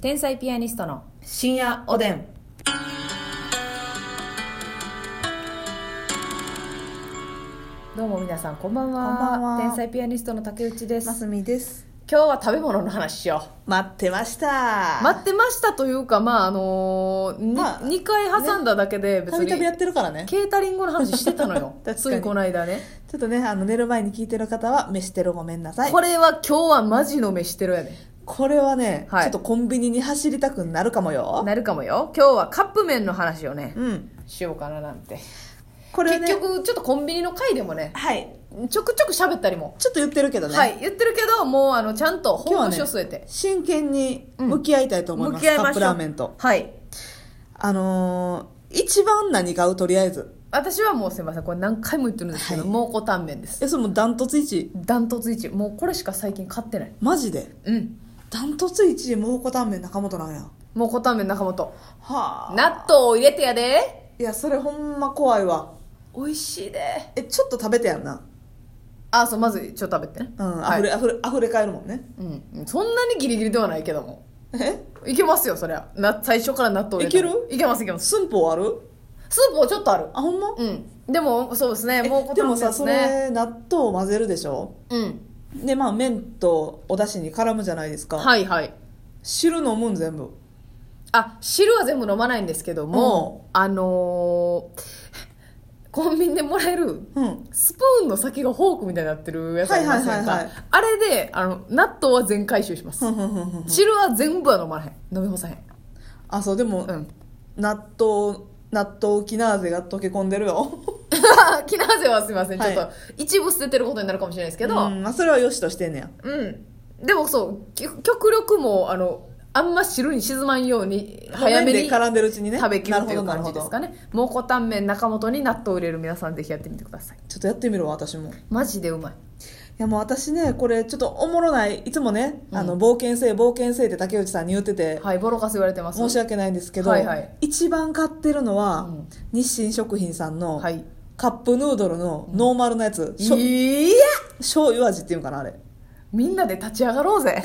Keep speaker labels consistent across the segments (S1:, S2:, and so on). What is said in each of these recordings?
S1: 天才ピアニストの
S2: 深夜おでん
S1: どうも皆さんこんばんは
S2: こんばんは
S1: 天才ピアニストの竹内です
S2: ますみです
S1: 今日は食べ物の話しよ
S2: 待ってまし
S1: う
S2: た
S1: 待ってましたというかまああのーに
S2: まあ
S1: 2回挟んだだけで別
S2: たび
S1: に、
S2: たびやってるからね
S1: ケータリングの話してたの
S2: 確か
S1: よ
S2: に
S1: ついこの間ね
S2: ちょっとねあの寝る前に聞いてる方は飯テロごめんなさいこ
S1: こ
S2: れ
S1: れは今日はマジの飯テロやね
S2: はね、
S1: はい
S2: ちょっとコンビニに走りたくなるかもよ
S1: なるかもよ今日はカップ麺の話をね
S2: うん
S1: しようかななんて、
S2: これ、ね、
S1: 結局ちょっとコンビニの回でもね
S2: はい
S1: ちょくちょく喋ったりも、
S2: ちょっと言ってるけどね、
S1: はい言ってるけどもうあのちゃんと
S2: 今
S1: 本
S2: 日
S1: 腰を
S2: は
S1: 据え
S2: ね
S1: て、
S2: 真剣に向き合いたいと思います、
S1: 向き合いましょう
S2: カップラーメンと
S1: はい
S2: あのー一番何買うとりあえず
S1: 私はもうすいませんこれ何回も言ってるんですけど、
S2: はい
S1: 蒙古タンメンです
S2: えそれもうダントツ1位
S1: ダントツ一もうこれしか最近買ってない
S2: マジで
S1: うん
S2: ダントツ1位蒙古タンメン中本なんやは
S1: 蒙古タンメン中本
S2: あ
S1: 納豆を入れてやで
S2: いやそれほんま怖いわ
S1: 美味しいで
S2: えちょっと食べてやんな
S1: あそうまずちょっと食べてね
S2: うん
S1: は
S2: あ
S1: い
S2: ふれ、あふれあふれ返るもんね
S1: うん、そんなにギリギリではないけども
S2: え
S1: いけますよそりゃな最初から納豆入れても
S2: いけ
S1: いけますいけます
S2: 寸法ある
S1: スープもちょっとある
S2: あほんま、
S1: うんでもそうですね
S2: え
S1: 蒙古
S2: で
S1: タンメ
S2: も
S1: ン
S2: さ
S1: です
S2: そ
S1: ね
S2: れ納豆を混ぜるでしょ
S1: うん
S2: でまあ麺とお出汁に絡むじゃないですか、
S1: はいはい
S2: 汁飲むん全部
S1: あ汁は全部飲まないんですけども、あのー、コンビニでもらえる
S2: うん
S1: スプーンの先がフォークみたいになってるやつありませんか、
S2: はいはいはいはい
S1: あれであの納豆は全回収します
S2: ふんふんふんふん
S1: 汁は全部は飲まない飲み干さへん
S2: あそうでも、
S1: うん
S2: 納豆納豆キナーゼが溶け込んでるよ
S1: キナーゼはすいません、
S2: はい
S1: ちょっと一部捨ててることになるかもしれないですけど
S2: う
S1: うん、
S2: んまあ、それはよしとしてんねや
S1: でもそうき極力もうあのあんま汁に沈まんように早め
S2: 麺
S1: に
S2: で絡んでるうちにね
S1: 食べきるという
S2: なる
S1: 感
S2: ほ
S1: じ
S2: ど
S1: です
S2: なるほど
S1: かね蒙古タンメン中本に納豆を入れる皆さんぜひやってみてください
S2: ちょっとやってみるわ私もい
S1: マジでうまい
S2: やもう私ねこれちょっとおもろないいつもね、
S1: うん
S2: あの冒険せい冒険せいって竹内さんに言ってて、
S1: はいボロカス言われてます
S2: 申し訳ないんですけど、
S1: はいはい
S2: 一番買ってるのは、
S1: うん
S2: 日清食品さんの、
S1: はい
S2: カップヌードルのノーマルのやつ、しょ
S1: いや
S2: 醤油味っていうんかなあれ
S1: みんなで立ち上がろう ぜ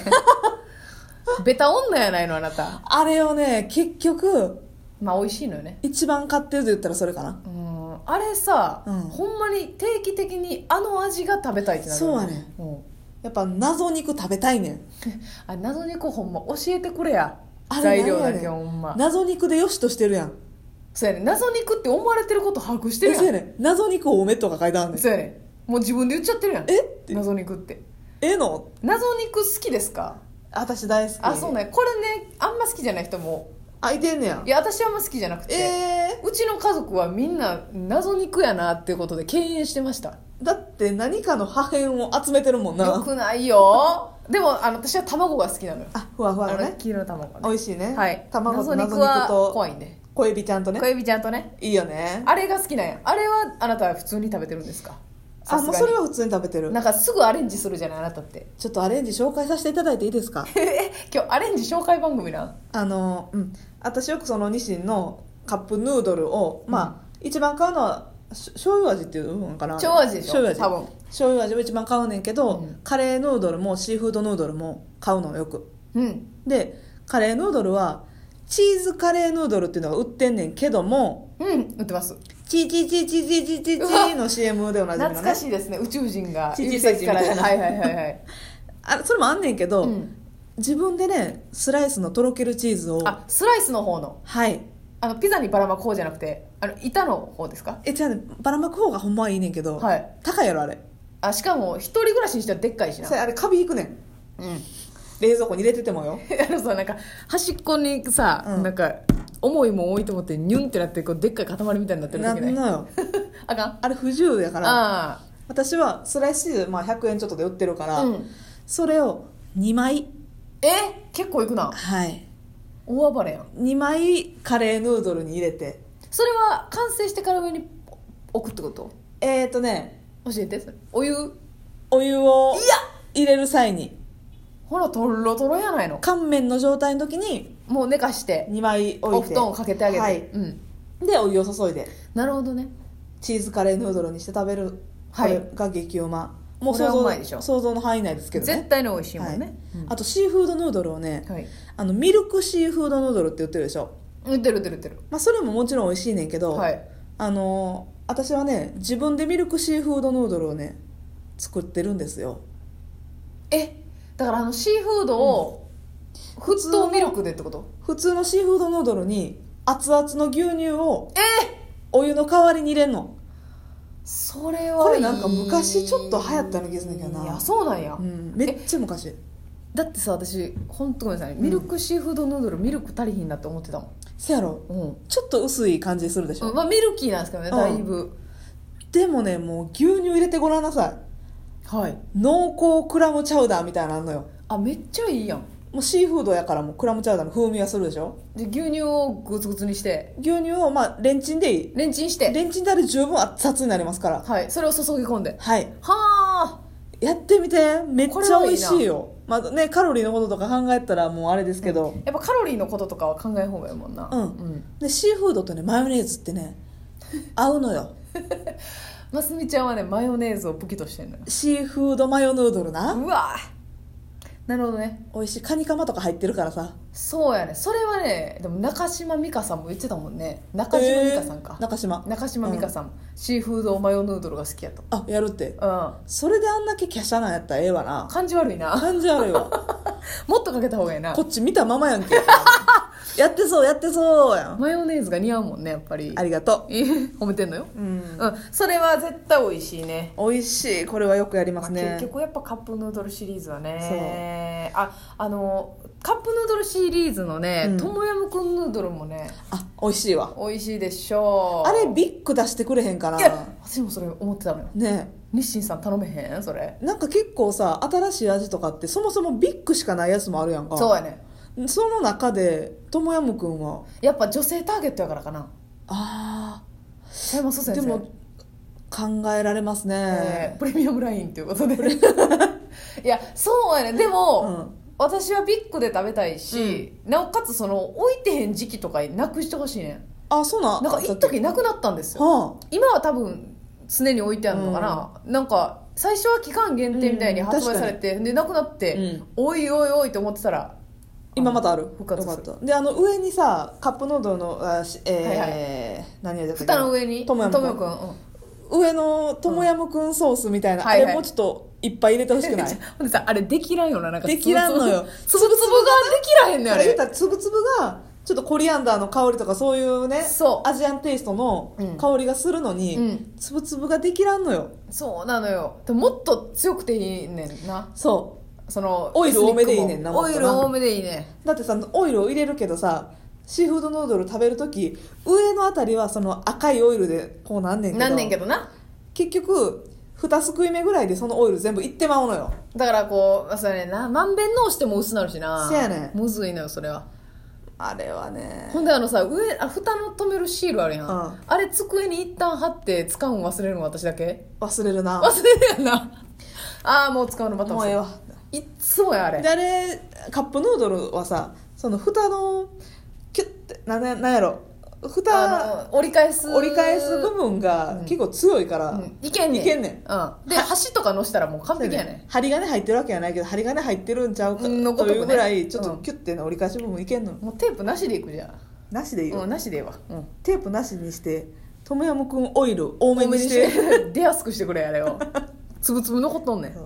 S1: ベタ女やないのあなた
S2: あれをね結局
S1: まあ美味しいのよね
S2: 一番買ってると言ったらそれかな
S1: うんあれさ、
S2: うん
S1: ほんまに定期的にあの味が食べたいってなるよ
S2: そうやね
S1: うん
S2: やっぱ謎肉食べたいねん
S1: あ謎肉ほんま教えてくれや
S2: あれ
S1: 材料
S2: 何や
S1: だ
S2: ねん
S1: けほんま
S2: 謎肉でよしとしてるやん
S1: そうやね謎肉って思われてること把握して
S2: え
S1: るや
S2: そうや
S1: ん
S2: ねん謎肉多めとか書いてあるねん
S1: そうやねもう自分で言っちゃってるやん
S2: えって
S1: 謎肉って
S2: ええの
S1: 謎肉好きですか
S2: 私大好き
S1: あそうねこれねあんま好きじゃない人も
S2: あいてんねや
S1: いや私あんま好きじゃなくて、
S2: え
S1: うちの家族はみんな謎肉やなっていうことで敬遠してました
S2: ー、だって何かの破片を集めてるもん
S1: よ
S2: な
S1: くないよでもあの私は卵が好きなのよ
S2: あふわふわ
S1: あ
S2: の
S1: の
S2: ね
S1: 黄色い卵
S2: 美
S1: ね
S2: 味しいね、
S1: はい
S2: 卵
S1: 謎
S2: と謎
S1: 肉は
S2: 肉
S1: 怖
S2: と
S1: いんで
S2: 小エビちゃんとね
S1: 小エビちゃんとね
S2: いいよね
S1: あれが好きなんやあれはあなたは普通に食べてるんですか
S2: あ
S1: さす
S2: もう
S1: が
S2: それ
S1: に
S2: は普通に食べてる
S1: なんかすぐアレンジするじゃないあなたって
S2: ちょっとアレンジ紹介させていただいていいですか
S1: え今日アレンジ紹介番組なん
S2: あのうん私よくその日清のカップヌードルを、まあ一番買うのはし醤油味っていうのかな
S1: 醤油味でしょ
S2: 醤油味
S1: 多分
S2: 醤油味を一番買うねんけど、
S1: うん
S2: カレーヌードルもシーフードヌードルも買うのよく
S1: うん
S2: でカレーヌードルはチーズカレーヌードルっていうのが売ってんねんけども
S1: うん売ってます
S2: チーチーチーチーチーチーチーチーの CM でおなじみのね
S1: 懐かしいですね宇宙人が
S2: ち
S1: 指
S2: ちち
S1: 先
S2: ち
S1: から
S2: みたいな
S1: はいはいはいはい
S2: あ それもあんねんけど、
S1: うん
S2: 自分でねスライスのとろけるチーズを
S1: あスライスの方の
S2: はい
S1: あのピザにばらまこうじゃなくてあの板の方ですか
S2: えじゃあねばらまく方がほんまはいいねんけど、
S1: はい
S2: 高いやろあれ
S1: あしかも一人暮らしにしてはでっかいしな
S2: それあれカビいくねん
S1: うん
S2: 冷蔵庫に入れててもよ
S1: あのさなんか端っこにさ、
S2: うん
S1: なんか重いもん置いてもってニュンってなってこうでっかい塊みたいになってる
S2: な
S1: だけなんい
S2: のよ
S1: あかん
S2: あれ不自由やから
S1: あ
S2: 私はスライスチーズ、まあ、100円ちょっとで売ってるから、
S1: あうん
S2: それを2枚
S1: え結構いくな
S2: はい
S1: 大暴れやん
S2: 2枚カレーヌードルに入れて
S1: それは完成してから上に置くってこと
S2: えっ、ー、とね
S1: 教えてそれお湯いや
S2: お湯を入れる際に
S1: ほらとろとろやないの
S2: 乾麺の状態の時に
S1: もう寝かして
S2: 2枚置いて
S1: お布団をかけてあげて、
S2: はい
S1: うん
S2: でお湯を注いで
S1: なるほどね
S2: チーズカレーヌードルにして食べる、
S1: はい
S2: これが激うまもう
S1: これ
S2: 想
S1: はうまいでし
S2: 像
S1: ょ
S2: 想像の範囲内ですけど
S1: 絶
S2: ね
S1: 対に美味しいもん
S2: はい
S1: ね、うん
S2: あとシーフードヌードルをね
S1: はい
S2: あのミルクシーフードヌードルって言ってるでしょ、
S1: 売ってる売ってる売ってる
S2: まあ、それももちろん美味しいねんけど、
S1: はい
S2: あのー私はね自分でミルクシーフードヌードルをね作ってるんですよ
S1: えだからあのシーフードを沸騰ミルクでってこと
S2: 普通のシーフードヌードルに熱々の牛乳を
S1: え
S2: お湯の代わりに入れんの
S1: それは
S2: これなんか昔ちょっと流行ったような気がするんだけどない
S1: やそうなんや、
S2: うん、めっちゃ昔
S1: だってさ私本当ごめんなさいミルクシーフードヌードルミルク足りひんなって思ってたも
S2: せやろ
S1: ん、うん
S2: ちょっと薄い感じするでしょ、
S1: まあ、ミルキーなんですけどねだいぶ、
S2: でもねもう牛乳入れてごらんなさい
S1: はい
S2: 濃厚クラムチャウダーみたいなのあんのよ
S1: あめっちゃいいやん
S2: もうシーフードやからもうクラムチャウダーの風味はするでしょ
S1: で牛乳をグツグツにして
S2: 牛乳をまあレンチンでいい
S1: レンチンして
S2: レンチンであれ十分熱々になりますから
S1: はいそれを注ぎ込んで
S2: はい
S1: はあ
S2: やってみてめっ
S1: こ
S2: ち
S1: れ
S2: ゃ
S1: はいいな
S2: 美味しいよまあねカロリーのこととか考えたらもうあれですけど、
S1: やっぱカロリーのこととかは考えん方がいいもんな
S2: うんでシーフードとねマヨネーズってね合うのよ
S1: ますみちゃんはねマヨネーズを武器としてんのよ
S2: シーフードマヨヌードルな、
S1: うわなるほどね
S2: 美味しいカニカマとか入ってるからさ
S1: そうやねそれはねでも中島美嘉さんも言ってたもんね中島美嘉さんか
S2: えー、中島
S1: 中島美嘉さん、シーフードマヨヌードルが好きやと
S2: あやるって
S1: う
S2: それであんだけ華奢なんやったらええわなん
S1: 感じ悪い な
S2: 感じ悪いわ
S1: もっとかけた方がいいな
S2: こっち見たままやん けやってそうやってそうやん
S1: マヨネーズが似合うもんねやっぱり
S2: ありがと
S1: 褒めてんのよ
S2: ううん
S1: うんそれは絶対美味しいね
S2: 美味しいこれはよくやります
S1: 結
S2: ね
S1: 局やっぱカップヌードルシリーズはねああのカップヌードルシリーズのね、
S2: うん
S1: トムヤムクンヌードルもね
S2: あ美味しいわ
S1: 美味しいでしょう
S2: あれビッグ出してくれへんか
S1: いや
S2: な
S1: 私もそれ思ってたのよ
S2: ね
S1: 日清さん頼めへんそれ
S2: えなんか結構さ新しい味とかってそもそもビッグしかないやつもあるやんか
S1: そうやね
S2: その中でともやむくんは
S1: やっぱ女性ターゲットやからかな
S2: あ
S1: 佐山蘇
S2: あ
S1: 先
S2: で
S1: 生
S2: も考えられます
S1: えー
S2: ね、
S1: プレミアムラインということで いやそうやねで
S2: う
S1: も、
S2: ん
S1: 私はビッグで食べたいし、なおかつその置いてへん時期とかなくしてほしいね
S2: あそうなん
S1: んなんか一時なくなったんですよ
S2: は
S1: 今は多分常に置いてあるのかな、なんか最初は期間限定みたいに発売されて、でなくなって、
S2: うん
S1: おいおいおいと思ってたら
S2: あ、今またある
S1: 復活す
S2: よ
S1: る
S2: かったであの上にさカップヌードルのあしえー
S1: はいは
S2: 何味だったっけ
S1: 蓋の上に
S2: トムヤムくん
S1: くん、うん
S2: 上のともやむくんソースみたいな、
S1: うん
S2: あ
S1: はい
S2: れ
S1: はい
S2: もうちょっといっぱい入れてほしくない
S1: ほん でさあれできらんよななんか
S2: できらんのよ
S1: つぶつぶつぶつぶができらへんのよあ
S2: あれ言った
S1: れ
S2: ら粒々がちょっとコリアンダーの香りとかそういうね
S1: そう
S2: アジアンテイストの
S1: うん
S2: 香りがするのに、
S1: うん
S2: 粒々ができらんのよ
S1: そうなのよでももっと強くていいねんな
S2: そ
S1: その
S2: オイル多めでいいねんなもっ
S1: オ
S2: と
S1: イ
S2: な
S1: ル多めでいいね
S2: うだってさオイルを入れるけどさシーフードヌードル食べるとき上のあたりはその赤いオイルでこうなんねんけど
S1: なんねんけどな
S2: 結局2すくい目ぐらいでそのオイル全部いってまうのよ
S1: だからこうまあそうやねんなまんべんのうしても薄なるしな
S2: せやねん
S1: むずいのよそれは
S2: あれはね
S1: ほんであのさ上あ蓋の止めるシールあるやん、
S2: うん
S1: あれ机に一旦貼って使うん忘れるの私だけ
S2: 忘れるな
S1: 忘れるやんなああもう使うのまた
S2: も
S1: 忘
S2: う
S1: れ
S2: ええ
S1: る
S2: わ
S1: いっつもやあれ
S2: であれカップヌードルはさその蓋のキュッてなななんやろ蓋
S1: あの折り返す
S2: 折り返す部分が
S1: うん
S2: 結構強いから、
S1: うんいけんねん
S2: いけんねん
S1: うん、で箸とかのしたらもう完璧やねん
S2: 針金入ってるわけやないけど針金入ってるんちゃうか
S1: うんのごとく
S2: と
S1: ね
S2: いうぐらいちょっ
S1: う
S2: と
S1: ん
S2: キュッての折り返し部分いけんの、
S1: もうテープなしでいくじゃん
S2: なしでいいよ、
S1: うんなしでいいわ、うん、
S2: テープなしにしてトムヤムくんオイル多めにして
S1: 多めにして出やすくしてくれあれ をつぶつぶ残っとんね
S2: うんん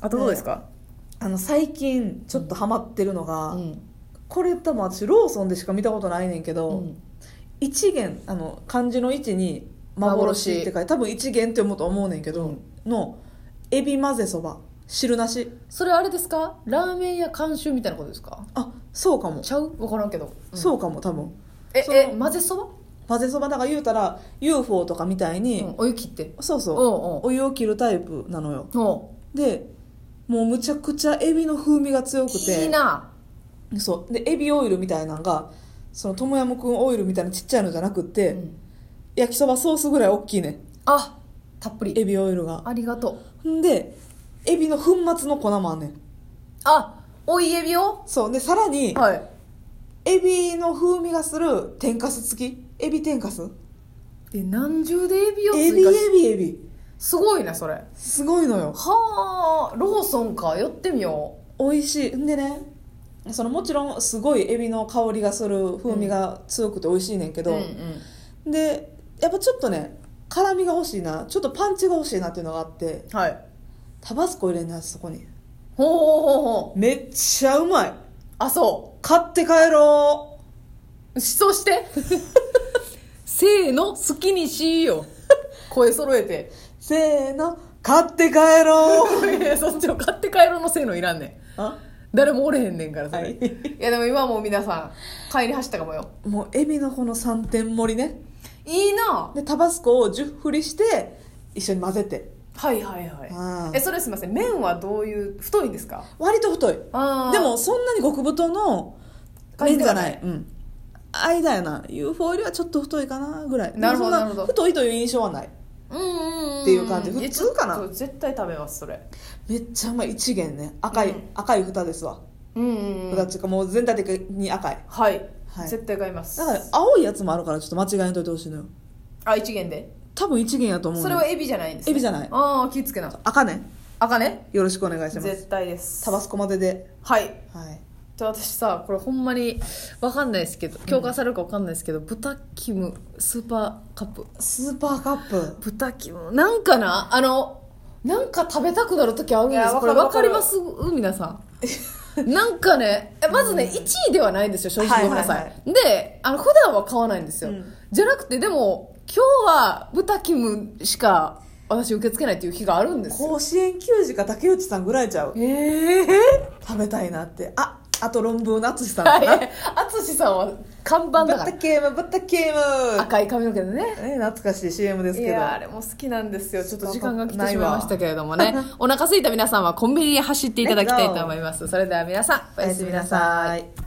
S1: あとどうですか、
S2: あの最近ちょっとハマってるのが、
S1: うん
S2: これ多分私ローソンでしか見たことないねんけど、一元あの漢字の位置に「幻」
S1: 幻
S2: って書いて多分一元って思うと思うねんけど、のエビ混ぜそば汁なし
S1: それあれですかラーメン屋監修みたいなことですか
S2: あそうかも、
S1: ちゃう分からんけど、うん
S2: そうかも多分
S1: え
S2: その
S1: え混ぜそば、
S2: 混ぜそばだから言うたら UFO とかみたいに、
S1: うん、お湯切って
S2: そうそう、
S1: おうおう
S2: お湯を切るタイプなのよ
S1: お
S2: でもうむちゃくちゃエビの風味が強くて
S1: いいな
S2: そうでエビオイルみたいなのがそのトムヤムクンオイルみたいなちっちゃいのじゃなくって、
S1: うん
S2: 焼きそばソースぐらい大きいねん
S1: あたっぷり
S2: エビオイルが
S1: ありがとうん
S2: でエビの粉末の粉もあんねん
S1: あおいエビを
S2: そうでさらに
S1: はい
S2: エビの風味がする天かす付きエビ天かす
S1: で何重でエビを
S2: エ
S1: 追
S2: ビエ
S1: 加し
S2: ビエビ
S1: すごいねそれ
S2: すごいのよ
S1: はあローソンか寄ってみよ
S2: 美味しいんでねそのもちろんすごいエビの香りがする風味が強くて美味しいねんけ
S1: うう
S2: ど、
S1: んうん
S2: でやっぱちょっとね辛みが欲しいなちょっとパンチが欲しいなっていうのがあって
S1: はい
S2: タバスコ入れんなそこに
S1: ほうほうほうほう
S2: めっちゃうまい
S1: あそ
S2: 買って帰ろう
S1: うそうして せーの好きにしよう声揃えて
S2: せーの買って帰ろう
S1: いやそっちの買って帰ろうのせーのいらんねん
S2: あ
S1: 誰もおれへんねんからそれ、
S2: はいい、
S1: やでも今はもう皆さん買いに走ったかもよ
S2: もうエビのこの3点盛りね
S1: いいな
S2: でタバスコを10振りして一緒に混ぜて
S1: はいはいはい
S2: あー
S1: えそれすいません麺はどういう太いんですか
S2: 割と太い
S1: あー
S2: でもそんなに極太の麺じゃない
S1: 感
S2: うん間やな UFO よりはちょっと太いかなぐらい
S1: なるほど
S2: でもそ
S1: な
S2: ん
S1: るほど
S2: 太いという印象はない
S1: うんうんんん
S2: っていう感じ
S1: や
S2: 普通かな
S1: ちょっと絶対食べますそれ
S2: めっちゃうまい一元ね赤い、
S1: うん
S2: 赤い蓋ですわ
S1: うんうんうん
S2: 蓋っていうかもう全体的に赤い
S1: はい、
S2: はい
S1: 絶対買います
S2: だから青いやつもあるからちょっと間違えんといてほしいのよ
S1: あ一元で
S2: 多分一元やと思う
S1: そ
S2: の
S1: れ
S2: よ
S1: はエビじゃないんです、ね、
S2: エビじゃない
S1: ああ気ぃつけな
S2: 赤ね
S1: あかね
S2: よろしくお願いします
S1: 絶対です
S2: タバスコまでで
S1: はい
S2: はい
S1: で私さこれほんまにわかんないですけど共感されるかわかんないですけど、豚キムスーパーカップ
S2: スーパーカップ
S1: 豚キムなんかなあのなんか食べたくなる時あるんで
S2: い
S1: す
S2: や
S1: こ
S2: わか
S1: れ
S2: る
S1: わかり
S2: わか
S1: ま
S2: る
S1: す皆さんなんかねえまずね、1位ではないんですよ正直ごめんなさい,、
S2: はいはい
S1: であの普段は買わないんですよ、
S2: うん
S1: じゃなくてでも今日は豚キムしか私受け付けないっていう日があるんですよ
S2: 甲子園球児か竹内さんぐらいちゃう
S1: ええ
S2: 食べたいなってああと論文の淳さんだな
S1: はい淳さんは看板
S2: バ
S1: だ
S2: ッ
S1: か
S2: タ
S1: ら
S2: ケームバッタケーム
S1: 赤い髪の毛でね
S2: ね懐かしい CM です
S1: い
S2: けど
S1: やあれも好きなんですよちょっと時間が来てしま
S2: ないいわ
S1: ましたけれどもねお腹空いた皆さんはコンビニへ走っていただきたいと思いますそれでは皆さんお
S2: お
S1: や
S2: や
S1: す
S2: す
S1: み
S2: み
S1: な
S2: な
S1: さい
S2: さい